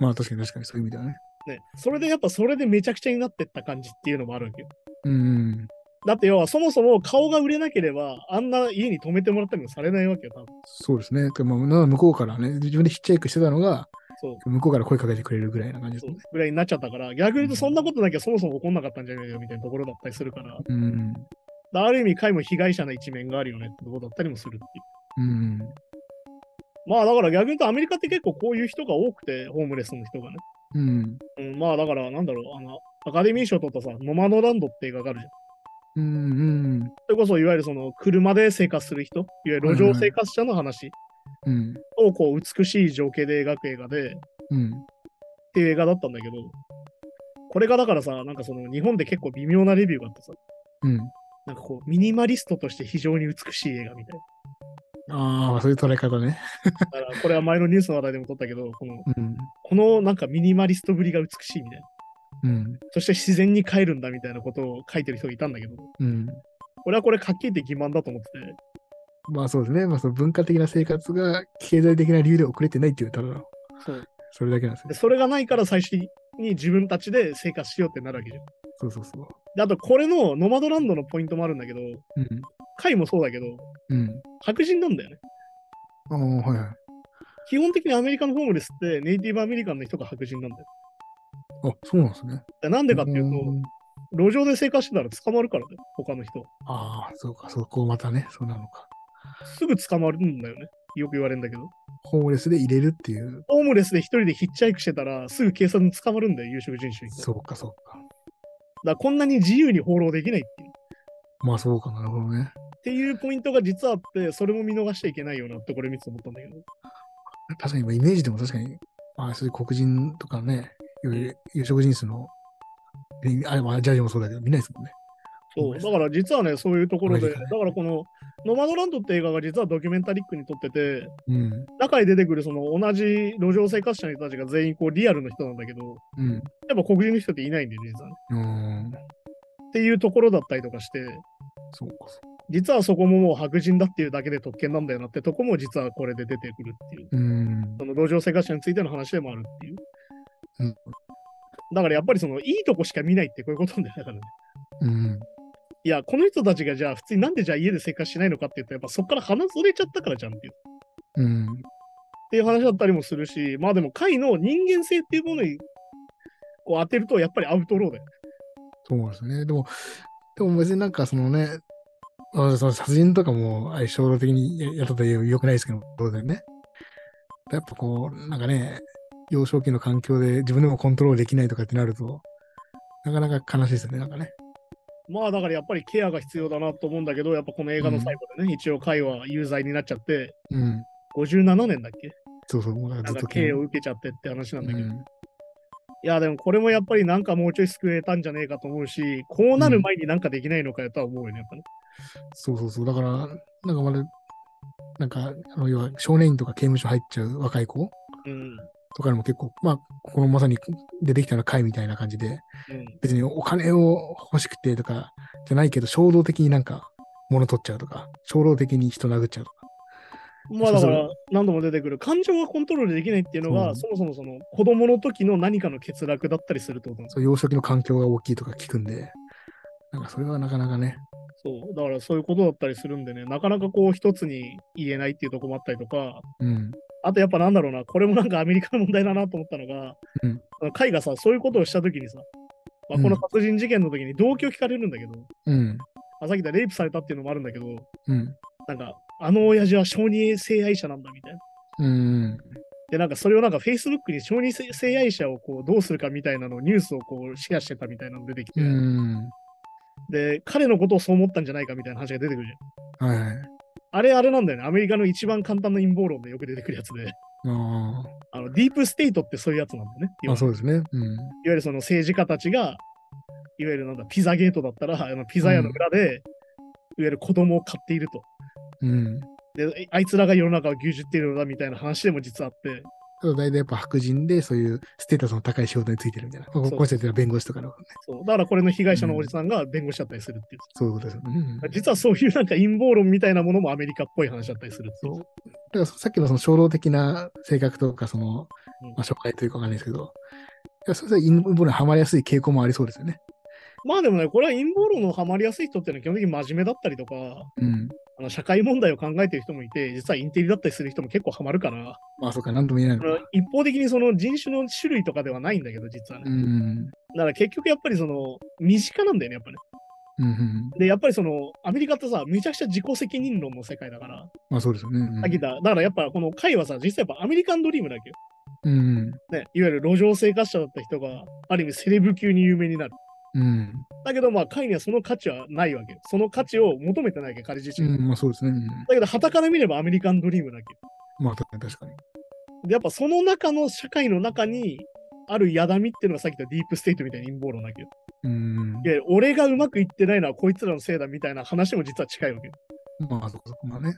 [SPEAKER 2] まあ確かに確かにそういう意味ではね。
[SPEAKER 1] ね、それでやっぱそれでめちゃくちゃになってった感じっていうのもあるわけよ。
[SPEAKER 2] うん。
[SPEAKER 1] だって要はそもそも顔が売れなければ、あんな家に泊めてもらったりもされないわけよ、多分。
[SPEAKER 2] そうですね。てかまあ、なんか向こうからね、自分でヒッチハイクしてたのが、
[SPEAKER 1] そう。
[SPEAKER 2] 向こうから声かけてくれるぐらいな感じです
[SPEAKER 1] そう
[SPEAKER 2] ね。
[SPEAKER 1] ぐらいになっちゃったから、逆に言うとそんなことなきゃそもそも起こんなかったんじゃないよみたいなところだったりするから、だか
[SPEAKER 2] うん。
[SPEAKER 1] らある意味、会も被害者な一面があるよねってことだったりもするっていう。
[SPEAKER 2] うん。
[SPEAKER 1] まあだから逆に言うとアメリカって結構こういう人が多くて、ホームレスの人がね。
[SPEAKER 2] うん。
[SPEAKER 1] うん、まあだからなんだろう、あの、アカデミー賞取ったさ、ノマドランドって映画があるじゃん。
[SPEAKER 2] うん。
[SPEAKER 1] それこそいわゆるその車で生活する人、いわゆる路上生活者の話
[SPEAKER 2] うん。うん。
[SPEAKER 1] をこう美しい情景で描く映画で、
[SPEAKER 2] うん。
[SPEAKER 1] っていう映画だったんだけど、これがだからさ、なんかその日本で結構微妙なレビューがあってさ、
[SPEAKER 2] うん。
[SPEAKER 1] なんかこうミニマリストとして非常に美しい映画みたい
[SPEAKER 2] ああ、そういう捉え方ね。
[SPEAKER 1] な。だからこれは前のニュースの話題でも撮ったけど、この
[SPEAKER 2] うん。
[SPEAKER 1] このなんかミニマリストぶりが美しいみたいな。
[SPEAKER 2] うん。
[SPEAKER 1] そして自然に帰るんだみたいなことを書いてる人がいたんだけど、
[SPEAKER 2] うん。
[SPEAKER 1] 俺はこれかっきり言って欺瞞だと思ってて、
[SPEAKER 2] まあそうですね。まあその文化的な生活が経済的な理由で遅れてないっていうただの
[SPEAKER 1] そう
[SPEAKER 2] それだけなんです
[SPEAKER 1] で。
[SPEAKER 2] ね
[SPEAKER 1] それがないから最終的に自分たちで生活しようってなるわけじゃん。
[SPEAKER 2] そうそうそう。
[SPEAKER 1] であと、これのノマドランドのポイントもあるんだけど、
[SPEAKER 2] うん。
[SPEAKER 1] 回もそうだけど、
[SPEAKER 2] うん。
[SPEAKER 1] 白人なんだよね。
[SPEAKER 2] ああ、はいはい。
[SPEAKER 1] 基本的にアメリカのホームレスってネイティブアメリカンの人が白人なんだよ。
[SPEAKER 2] あ、そうなんですね。
[SPEAKER 1] でなんでかっていうと、
[SPEAKER 2] ん
[SPEAKER 1] 路上で生活してたら捕まるからね、他の人。
[SPEAKER 2] ああ、そうか、そこまたね、そうなのか。
[SPEAKER 1] すぐ捕まるんだよね。よく言われるんだけど。
[SPEAKER 2] ホームレスで入れるっていう。
[SPEAKER 1] ホームレスで一人でヒッチハイクしてたら、すぐ警察に捕まるんだよ、有色人種に。だか
[SPEAKER 2] そうか、そうか。
[SPEAKER 1] らこんなに自由に放浪できないっていう。
[SPEAKER 2] まあそうか、なるほどね。
[SPEAKER 1] っていうポイントが実はあって、それも見逃しちゃいけないよなってこれ見てて思ったんだけど。
[SPEAKER 2] 確かに、まあイメージでも確かに、まあそういう黒人とかね、いわゆる有色人種の、であれ、まあジャージもそうだけど、見ないですもんね。
[SPEAKER 1] そう、
[SPEAKER 2] で
[SPEAKER 1] だ
[SPEAKER 2] す
[SPEAKER 1] から実はね、そういうところで、
[SPEAKER 2] 同じ
[SPEAKER 1] だ
[SPEAKER 2] か
[SPEAKER 1] か
[SPEAKER 2] ね
[SPEAKER 1] らこの、ノマドランドって映画が実はドキュメンタリックに撮ってて、
[SPEAKER 2] うん。
[SPEAKER 1] 中に出てくるその同じ路上生活者の人たちが全員こうリアルの人なんだけど、
[SPEAKER 2] うん。
[SPEAKER 1] やっぱ黒人の人っていないんだよね、実はね。
[SPEAKER 2] うーん。
[SPEAKER 1] っていうところだったりとかして、
[SPEAKER 2] そうか、そうか。
[SPEAKER 1] 実はそこももう白人だっていうだけで特権なんだよなってとこも実はこれで出てくるっていう、
[SPEAKER 2] うーん。
[SPEAKER 1] その路上生活者についての話でもあるっていう。
[SPEAKER 2] うん
[SPEAKER 1] だからやっぱりそのいいとこしか見ないってこういうことなんだよねだからね。
[SPEAKER 2] うん。
[SPEAKER 1] いや、この人たちがじゃあ普通になんでじゃあ家で生活しないのかっていうと、やっぱそこから離れちゃったからじゃんっていう。
[SPEAKER 2] うん。
[SPEAKER 1] っていう話だったりもするし、まあでも貝の人間性っていうものにこう当てると、やっぱりアウトローだよ。
[SPEAKER 2] そうですね。でも、でも別になんかそのね、あその殺人とかもあれ衝動的にややったというよくないですけど、そうだよね。やっぱこう、なんかね、幼少期の環境で自分でもコントロールできないとかってなると、なかなか悲しいですよね、なんかね。
[SPEAKER 1] まあだからやっぱりケアが必要だなと思うんだけど、やっぱこの映画の最後でね、一応貝は有罪になっちゃって、
[SPEAKER 2] うん。
[SPEAKER 1] 57年だっけ
[SPEAKER 2] そうそう、もうなん
[SPEAKER 1] な
[SPEAKER 2] かず
[SPEAKER 1] んか
[SPEAKER 2] っと
[SPEAKER 1] 刑を受けちゃってって話なん
[SPEAKER 2] う
[SPEAKER 1] だけど、い
[SPEAKER 2] ん。
[SPEAKER 1] やでもこれもやっぱりなんかもうちょい救えたんじゃねえかと思うし、こうなる前になんかできないのかよとは思うよね、やっぱね。
[SPEAKER 2] そうそうそう。だから、なんかまだ、なんか、あの要は少年院とか刑務所入っちゃう若い子、
[SPEAKER 1] うん。
[SPEAKER 2] とかにも結構、まあ、ここのまさに出てきたの会みたいな感じで、
[SPEAKER 1] うん
[SPEAKER 2] 別にお金を欲しくてとかじゃないけど、衝動的になんか物取っちゃうとか、衝動的に人殴っちゃうとか。
[SPEAKER 1] まあだか
[SPEAKER 2] そ
[SPEAKER 1] ら
[SPEAKER 2] う
[SPEAKER 1] 何度も出てくる感情がコントロールできないっていうのが、
[SPEAKER 2] そ
[SPEAKER 1] そもそもその子供の時の何かの欠落だったりするってことなんです
[SPEAKER 2] そう幼少期の環境が大きいとか聞くんで、なんかそれはなかなかね、
[SPEAKER 1] そうだからそういうことだったりするんでねなかなかこう一つに言えないっていうとこもあったりとか
[SPEAKER 2] うん、
[SPEAKER 1] あとやっぱなんだろうなこれもなんかアメリカの問題だなと思ったのが、
[SPEAKER 2] うん
[SPEAKER 1] 海がさそういうことをした時にさ、まあ、この殺人事件の時に動機を聞かれるんだけど、
[SPEAKER 2] うん、
[SPEAKER 1] あさっき言ったレイプされたっていうのもあるんだけど
[SPEAKER 2] うん、
[SPEAKER 1] なんかあの親父は小児性愛者なんだみたいな。
[SPEAKER 2] うん、
[SPEAKER 1] で、なんかそれをなんか Facebook に小児性愛者をこうどうするかみたいなのをニュースをこうシェアしてたみたいなの出てきて、
[SPEAKER 2] うん、
[SPEAKER 1] で、彼のことをそう思ったんじゃないかみたいな話が出てくるじゃん。
[SPEAKER 2] はいはい。
[SPEAKER 1] あれあれなんだよね。アメリカの一番簡単な陰謀論でよく出てくるやつで、
[SPEAKER 2] あ
[SPEAKER 1] あのディープステイトってそういうやつなんだよね。
[SPEAKER 2] ー
[SPEAKER 1] 要
[SPEAKER 2] あ、
[SPEAKER 1] は
[SPEAKER 2] そうですね。うん、
[SPEAKER 1] いわゆるその政治家たちが、いわゆるなんだ、ピザゲートだったら、あのピザ屋の裏で、いわゆる子供を買っていると。
[SPEAKER 2] うん。
[SPEAKER 1] で、あいつらが世の中を牛耳っているのだみたいな話でも実はあって、
[SPEAKER 2] ただ大体やっぱ白人でそういうステータスの高い仕事についてるみたいな。こうこうしてたら弁護士とかの、
[SPEAKER 1] そうだからこれの被害者のおじさんが弁護士だったりするっていう。
[SPEAKER 2] そういうことですよね。うん
[SPEAKER 1] 実はそういうなんか陰謀論みたいなものもアメリカっぽい話だったりするってい
[SPEAKER 2] そう。だからさっきのその衝動的な性格とか、その
[SPEAKER 1] うん、
[SPEAKER 2] まあ、障害というかわかんないですけど、いやそれは陰謀にはまりやすい傾向もありそうですよね。
[SPEAKER 1] まあでもね、これは陰謀論のハマりやすい人っていうのは基本的に真面目だったりとか、
[SPEAKER 2] うん。
[SPEAKER 1] あの社会問題を考えてる人もいて、実はインテリだったりする人も結構ハマるから、
[SPEAKER 2] まあ、そうか、なんとも言えない
[SPEAKER 1] あ
[SPEAKER 2] の
[SPEAKER 1] の
[SPEAKER 2] か。
[SPEAKER 1] 一方的にその人種の種類とかではないんだけど、実は
[SPEAKER 2] う
[SPEAKER 1] ね。
[SPEAKER 2] ん。
[SPEAKER 1] だから結局やっぱりその身近なんだよね、やっぱね。
[SPEAKER 2] うんうん。
[SPEAKER 1] で、やっぱりその、アメリカってさ、めちゃくちゃ自己責任論の世界だから、
[SPEAKER 2] まあそうですよね。うん
[SPEAKER 1] さっき言った、だからやっぱこの会はさ、実際やっぱアメリカンドリームだっけよ。
[SPEAKER 2] うん
[SPEAKER 1] ね、いわゆる路上生活者だった人が、ある意味セレブ級に有名になる。
[SPEAKER 2] うん。うん。
[SPEAKER 1] だけど、まあ、彼にはその価値はないわけよ。その価値を求めてないわけ、彼自
[SPEAKER 2] う
[SPEAKER 1] 身。だ
[SPEAKER 2] ん、まあそうですね。うん
[SPEAKER 1] けど、旗から見ればアメリカンドリームだけよ
[SPEAKER 2] まあ確かに確かに。
[SPEAKER 1] で、やっぱその中の社会の中に、あるやだみっていうのがさっき言ったディープステートみたいな陰謀論だけど。
[SPEAKER 2] うん。
[SPEAKER 1] で、俺がうまくいってないのはこいつらのせいだみたいな話も実は近いわけよ。
[SPEAKER 2] まあそこそこまあね。
[SPEAKER 1] っ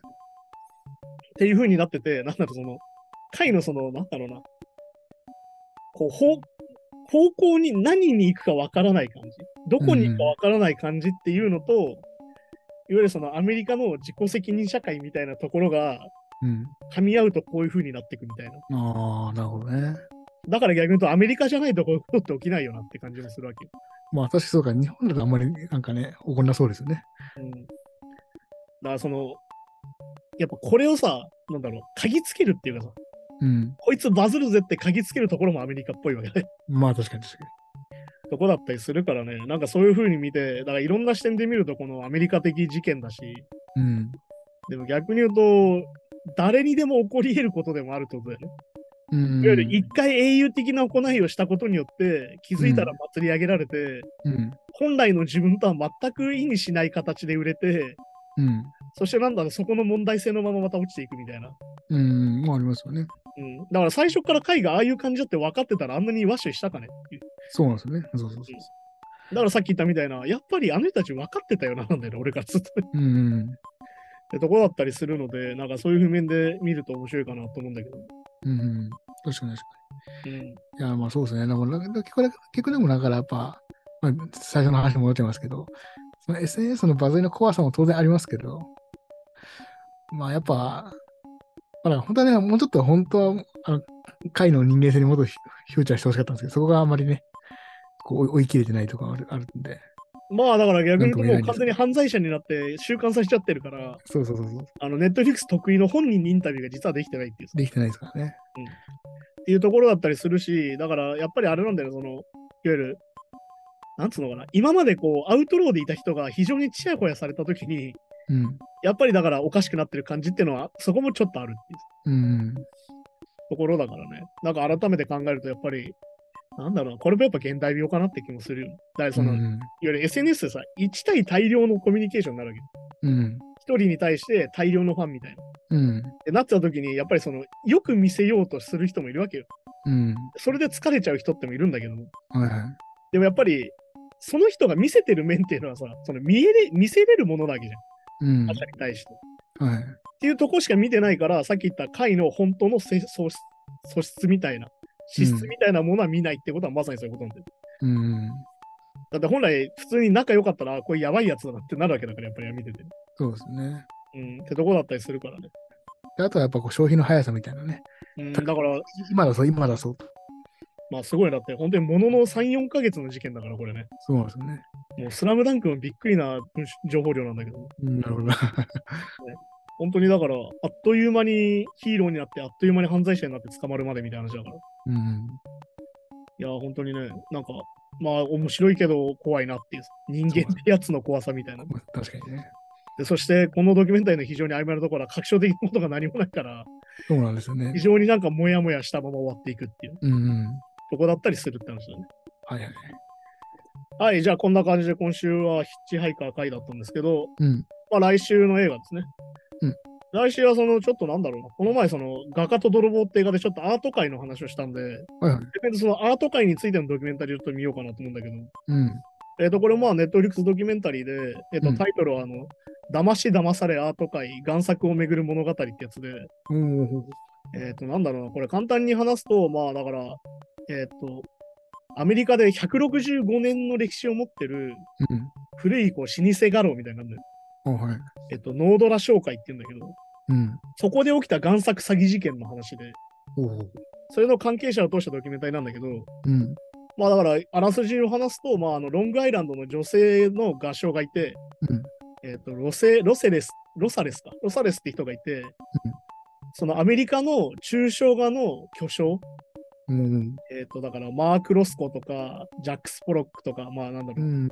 [SPEAKER 1] ていう風になってて、なんだろう、その、会のその、なんだろうな、こう、方、方向に何に行くかわからない感じ、どこに行くかわからない感じっていうのと、いわゆるそのアメリカの自己責任社会みたいなところが
[SPEAKER 2] うん。
[SPEAKER 1] 噛み合うとこういう風になっていくみたいな。
[SPEAKER 2] ああ、なるほどね。
[SPEAKER 1] だから逆に言うとアメリカじゃないとこういうことって起きないよなって感じがするわけ。
[SPEAKER 2] まあ確かにそうか、日本だとあんまりなんかね、起こんなそうですよね。
[SPEAKER 1] うん。だからその、やっぱこれをさ、なんだろう、嗅ぎつけるっていうかさ、
[SPEAKER 2] うん。
[SPEAKER 1] こいつバズるぜって嗅ぎつけるところもアメリカっぽいわけだよ
[SPEAKER 2] まあ確かに確か
[SPEAKER 1] とこだったりするからね、なんかそういう風に見て、だからいろんな視点で見ると、このアメリカ的事件だし、
[SPEAKER 2] に。うん。
[SPEAKER 1] でも逆に言うと、誰にでも起こり得ることでもあるってことだよね。
[SPEAKER 2] うん。
[SPEAKER 1] いわゆる一回英雄的な行いをしたことによって、気づいたら祭り上げられて、
[SPEAKER 2] うん。
[SPEAKER 1] 本来の自分とは全く意味しない形で売れて、
[SPEAKER 2] うん。
[SPEAKER 1] そしてなんだろう、そこの問題性のまままた落ちていくみたいな。
[SPEAKER 2] うん。まあありますよね。
[SPEAKER 1] うん。だから最初から会がああいう感じだって分かってたらあんなに和紙したかねっていう
[SPEAKER 2] そうなんですよね。そうそうそうそ
[SPEAKER 1] だからさっき言ったみたいな、やっぱりあの人たち分かってたよな、なんだよね、俺からずっと。
[SPEAKER 2] う。うんうん。
[SPEAKER 1] ってとこだったりするので、なんかそういう譜面で見ると面白いかなと思うんだけど。
[SPEAKER 2] うんうん。確かに確か
[SPEAKER 1] うん。
[SPEAKER 2] に。いや、まあそうですね。でもなんか結構結局でもだからやっぱ、まあ、最初の話に戻ってますけど、その SNS のバズりの怖さも当然ありますけど、まあやっぱ、まあ、本当はね、もうちょっと本当は、あの、会の人間性にもっとフューチャーしてほしかったんですけど、そこがあんまりね、こう追い追い切れてないとかあるあるんで、
[SPEAKER 1] まあだから逆に言うとも
[SPEAKER 2] なん
[SPEAKER 1] う
[SPEAKER 2] かもう
[SPEAKER 1] 完全に犯罪者になって収監させちゃってるから、
[SPEAKER 2] そうそうそうそう、
[SPEAKER 1] あのネットフリックス得意の本人にインタビューが実はできてないっていう
[SPEAKER 2] できてないですからね。
[SPEAKER 1] っていうところだったりするし、だからやっぱりあれなんだよね、その、いわゆる、なんつうのかな、今までこうアウトローでいた人が非常にちやほやされた時に、
[SPEAKER 2] うん。
[SPEAKER 1] やっぱりだからおかしくなってる感じっていうのは、そこもちょっとあるっていう
[SPEAKER 2] うん。
[SPEAKER 1] ところだからね。なんか改めて考えるとやっぱり、なんだろうな、これもやっぱ現代病かなって気もするよ。だからその、
[SPEAKER 2] うん
[SPEAKER 1] いわゆる SNS でさ、1対大量のコミュニケーションになるわ
[SPEAKER 2] うん。
[SPEAKER 1] け。1人に対して大量のファンみたいな。
[SPEAKER 2] うん。
[SPEAKER 1] でなってた時に、やっぱりその、よく見せようとする人もいるわけよ。
[SPEAKER 2] うん。
[SPEAKER 1] それで疲れちゃう人ってもいるんだけども。
[SPEAKER 2] はいはい。
[SPEAKER 1] でもやっぱり、その人が見せてる面っていうのはさ、その見えれ、見せれるものだけじゃん。
[SPEAKER 2] うん。は
[SPEAKER 1] 他者に対して。っ
[SPEAKER 2] い。
[SPEAKER 1] ていうとこしか見てないから、さっき言った会の本当のせ素質素質みたいな、資質みたいなものは見ないってことはまさにそういうことなんだよ。
[SPEAKER 2] うん。
[SPEAKER 1] だって本来、普通に仲良かったら、あこれやばいやつだなってなるわけだから、やっぱり見てて。
[SPEAKER 2] そうですね。
[SPEAKER 1] うん、ってとこだったりするからね。
[SPEAKER 2] であとはやっぱこう消費の速さみたいなね。
[SPEAKER 1] うん、だ
[SPEAKER 2] た
[SPEAKER 1] から、
[SPEAKER 2] 今だそう、今だそう。
[SPEAKER 1] まあすごいなって、本当にものの3、4ヶ月の事件だから、これね。
[SPEAKER 2] そうなんですよね。
[SPEAKER 1] もうスラムダンクもびっくりな文章情報量なんだけど、
[SPEAKER 2] うんなるほど。
[SPEAKER 1] 本当にだから、あっという間にヒーローになって、あっという間に犯罪者になって捕まるまでみたいな話だから。
[SPEAKER 2] うん。
[SPEAKER 1] いや、本当にね、なんか、まあ面白いけど怖いなっていう、人間ってやつの怖さみたいな。
[SPEAKER 2] 確かにね。
[SPEAKER 1] でそして、このドキュメンタリーの非常に曖昧なところは、確証的なことが何もないから、
[SPEAKER 2] そうなんですよね
[SPEAKER 1] 非。常になんかモヤモヤしたまま終わっていくっていう
[SPEAKER 2] うんうん。
[SPEAKER 1] とこだったりするって話だね。
[SPEAKER 2] はいはい。
[SPEAKER 1] はい、じゃあこんな感じで今週はヒッチハイカー回だったんですけど、
[SPEAKER 2] うん。
[SPEAKER 1] まあ、来週の映画ですね。
[SPEAKER 2] うん
[SPEAKER 1] 来週はそのちょっとなんだろうな、この前その画家と泥棒って映画でちょっとアート界の話をしたんで、
[SPEAKER 2] はいはい。
[SPEAKER 1] 逆にそのアート界についてのドキュメンタリーをちょっと見ようかなと思うんだけど、
[SPEAKER 2] うん。
[SPEAKER 1] えっ、と、これもまあネットフリックスドキュメンタリーで、えっ、
[SPEAKER 2] う
[SPEAKER 1] と、
[SPEAKER 2] ん
[SPEAKER 1] タイトルはあの、騙し騙されアート界、贋作をめぐる物語ってやつで、
[SPEAKER 2] おお。
[SPEAKER 1] えっ、と、なんだろうな、これ簡単に話すと、まあだから、えっ、と、アメリカで165年の歴史を持ってる
[SPEAKER 2] うん。
[SPEAKER 1] 古いこう老舗画廊みたいなのがあるんだよ
[SPEAKER 2] おはい。
[SPEAKER 1] えっと、ノードラ商会って言うんだけど、
[SPEAKER 2] うん。
[SPEAKER 1] そこで起きた贋作詐欺事件の話で、
[SPEAKER 2] おお。
[SPEAKER 1] それの関係者を通したドキュメンタリーなんだけど、
[SPEAKER 2] うん。
[SPEAKER 1] まあだから、あらすじを話すと、まああの、ロングアイランドの女性の画商がいて、
[SPEAKER 2] うん
[SPEAKER 1] えっと、ロセ、ロセレス、ロサレスか、ロサレスって人がいて、そのアメリカの抽象画の巨匠、
[SPEAKER 2] うん。
[SPEAKER 1] えっと、だからマーク・ロスコとか、ジャック・スポロックとか、まあなんだろう、
[SPEAKER 2] うん。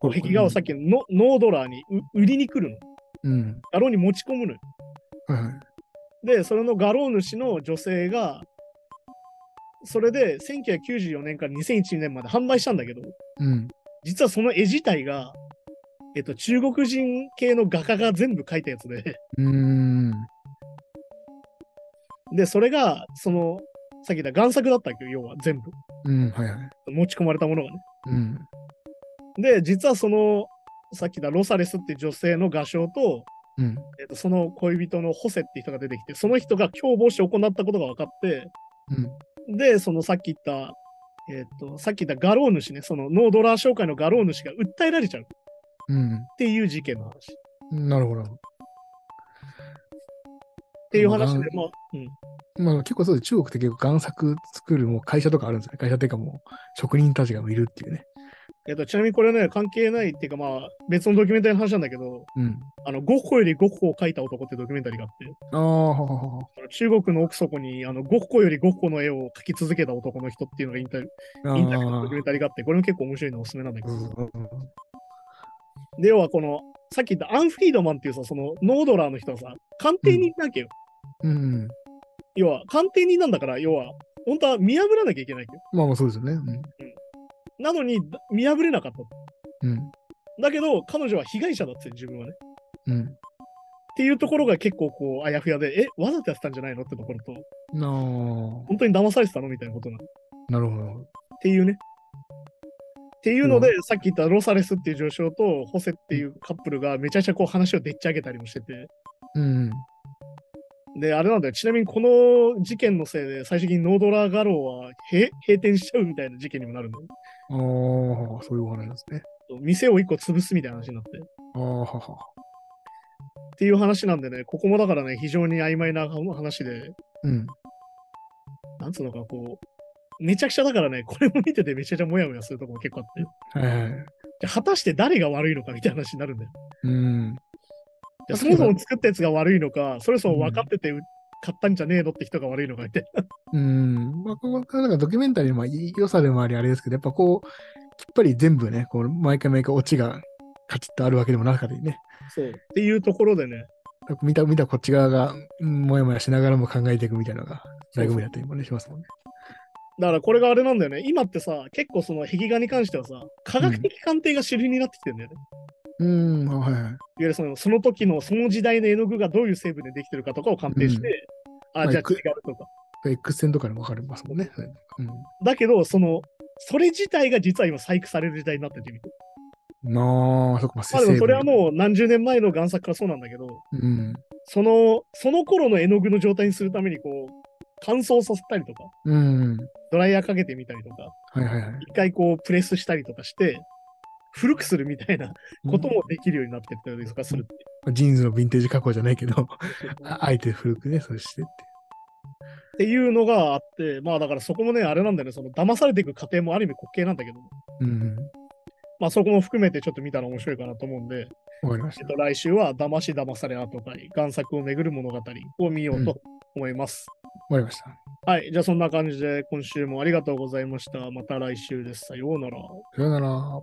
[SPEAKER 1] こう壁画をさっきのノードラーにう売りに来るの。
[SPEAKER 2] うん。
[SPEAKER 1] 画廊に持ち込むのよ。
[SPEAKER 2] はいはい。
[SPEAKER 1] で、それの画廊主の女性が、それで1994年から2001年まで販売したんだけど、
[SPEAKER 2] うん。
[SPEAKER 1] 実はその絵自体が、えっと、中国人系の画家が全部描いたやつで、
[SPEAKER 2] うーん。
[SPEAKER 1] で、それが、その、さっき言った贋作だったわけど、要は全部。
[SPEAKER 2] うん。はいはい。
[SPEAKER 1] 持ち込まれたものがね。
[SPEAKER 2] うん。
[SPEAKER 1] で、実はその、さっき言ったロサレスっていう女性の画商と、
[SPEAKER 2] うん。
[SPEAKER 1] えっと、その恋人のホセって人が出てきて、その人が共謀して行ったことが分かって、
[SPEAKER 2] うん。
[SPEAKER 1] で、そのさっき言った、えっと、さっき言った画廊主ね、そのノードラー商会の画廊主が訴えられちゃうっ
[SPEAKER 2] うん。
[SPEAKER 1] ていう事件の話。っ
[SPEAKER 2] なるほど。って
[SPEAKER 1] いう話で、まあ、うん。
[SPEAKER 2] まあ結構そうです。中国って結構贋作作るもう会社とかあるんですよね。会社っていうかもう職人たちがいるっていうね。
[SPEAKER 1] えっと、ちなみにこれね、関係ないっていうか、まあ、別のドキュメンタリーの話なんだけど、
[SPEAKER 2] うん。
[SPEAKER 1] あの、ゴッホよりゴッホを描いた男ってドキュメンタリーがあって、
[SPEAKER 2] ああ、はははは。
[SPEAKER 1] あの中国の奥底に、あの、ゴッホよりゴッホの絵を描き続けた男の人っていうのがインタビュー、インタビューのドキュメンタリーがあって、これも結構面白いのおすすめなんだけど、で、要はこの、さっき言ったアン・フリードマンっていうさ、そのノードラーの人はさ、鑑定人なわけよ。
[SPEAKER 2] うん。
[SPEAKER 1] 要は、鑑定人なんだから、要は、本当は見破らなきゃいけないけど。
[SPEAKER 2] まあまあそうですよね。うん。
[SPEAKER 1] なのに、だ見破れなかった。
[SPEAKER 2] うん。
[SPEAKER 1] だけど、彼女は被害者だって、自分はね。っ
[SPEAKER 2] うん。
[SPEAKER 1] ていうところが結構こう、あやふやで、え、わざとやってたんじゃないのってところと、
[SPEAKER 2] なあ。
[SPEAKER 1] 本当に騙されてたのみたいなことなの。っ
[SPEAKER 2] なるほど。
[SPEAKER 1] ていうね。っていうので、
[SPEAKER 2] う
[SPEAKER 1] さっき言ったロサレスっていう女将とホセっていうカップルがめちゃくちゃこう話をでっち上げたりもしてて。
[SPEAKER 2] うん。
[SPEAKER 1] で、あれなんだよ。ちなみにこの事件のせいで、最終的にノードラー画廊は閉閉店しちゃうみたいな事件にもなるんだよ。
[SPEAKER 2] ああ、そういうお話なんですね。
[SPEAKER 1] 店を一個潰すみたいな話になって。
[SPEAKER 2] ああ、はは。
[SPEAKER 1] っていう話なんでね、ここもだからね、非常に曖昧な話で、
[SPEAKER 2] うん。
[SPEAKER 1] なんつうのか、こう、めちゃくちゃだからね、これも見ててめちゃくちゃモヤモヤするところ結構あって
[SPEAKER 2] はいはい。
[SPEAKER 1] じゃあ、果たして誰が悪いのかみたいな話になるんだよ。
[SPEAKER 2] うん。
[SPEAKER 1] じゃあそ
[SPEAKER 2] 確かに
[SPEAKER 1] もそも作ったやつが悪いのか、それそも分かってて買ったんじゃねえのって人が悪いのかみたいな。
[SPEAKER 2] うん。まあ、ここなんかドキュメンタリーのまあ良さでもあり、あれですけど、やっぱこう、きっぱり全部ね、こう、毎回毎回オチがカチッとあるわけでもなかったりね。
[SPEAKER 1] そう。っていうところでね、
[SPEAKER 2] 見た、見たこっち側が、うんもやもやしながらも考えていくみたいなのが、醍醐味だったりもね、しますもんね。
[SPEAKER 1] だからこれがあれなんだよね、今ってさ、結構その壁画に関してはさ、科学的鑑定が主流になってきてるんだよね。
[SPEAKER 2] うん、あはいはい。
[SPEAKER 1] いわゆるそのその時のその時代の絵の具がどういう成分でできてるかとかを鑑定して、
[SPEAKER 2] は
[SPEAKER 1] あ、
[SPEAKER 2] い
[SPEAKER 1] じゃあ
[SPEAKER 2] く
[SPEAKER 1] 違うとか。
[SPEAKER 2] X 線とかでもわかりますもんね。それう
[SPEAKER 1] だけど、その、それ自体が実は今細工される時代になっててみて。
[SPEAKER 2] ん。なあ、そこま
[SPEAKER 1] まあでもそれは
[SPEAKER 2] う。
[SPEAKER 1] もう何十年前の贋作からそうなんだけど、
[SPEAKER 2] うん。
[SPEAKER 1] その、その頃の絵の具の状態にするためにこう、乾燥させたりとか、
[SPEAKER 2] うん。
[SPEAKER 1] ドライヤーかけてみたりとか、
[SPEAKER 2] はいはいはい。
[SPEAKER 1] 一回こうプレスしたりとかして、古くするみたいなこともできるようになってったりとかするっていう
[SPEAKER 2] ジーンズのヴィンテージ加工じゃないけど、ああえて古くね、そうしてって。
[SPEAKER 1] っていうのがあって、まあだからそこもね、あれなんだよね、その騙されていく過程もある意味滑稽なんだけど、
[SPEAKER 2] うん。
[SPEAKER 1] まあそこも含めてちょっと見たら面白いかなと思うんで、
[SPEAKER 2] わかりまし。
[SPEAKER 1] えったと、来週は騙し騙され後かい贋作をめぐる物語を見ようと思います。
[SPEAKER 2] わかりました。
[SPEAKER 1] はい、じゃあそんな感じで今週もありがとうございました。また来週です。さようなら。
[SPEAKER 2] さよなら。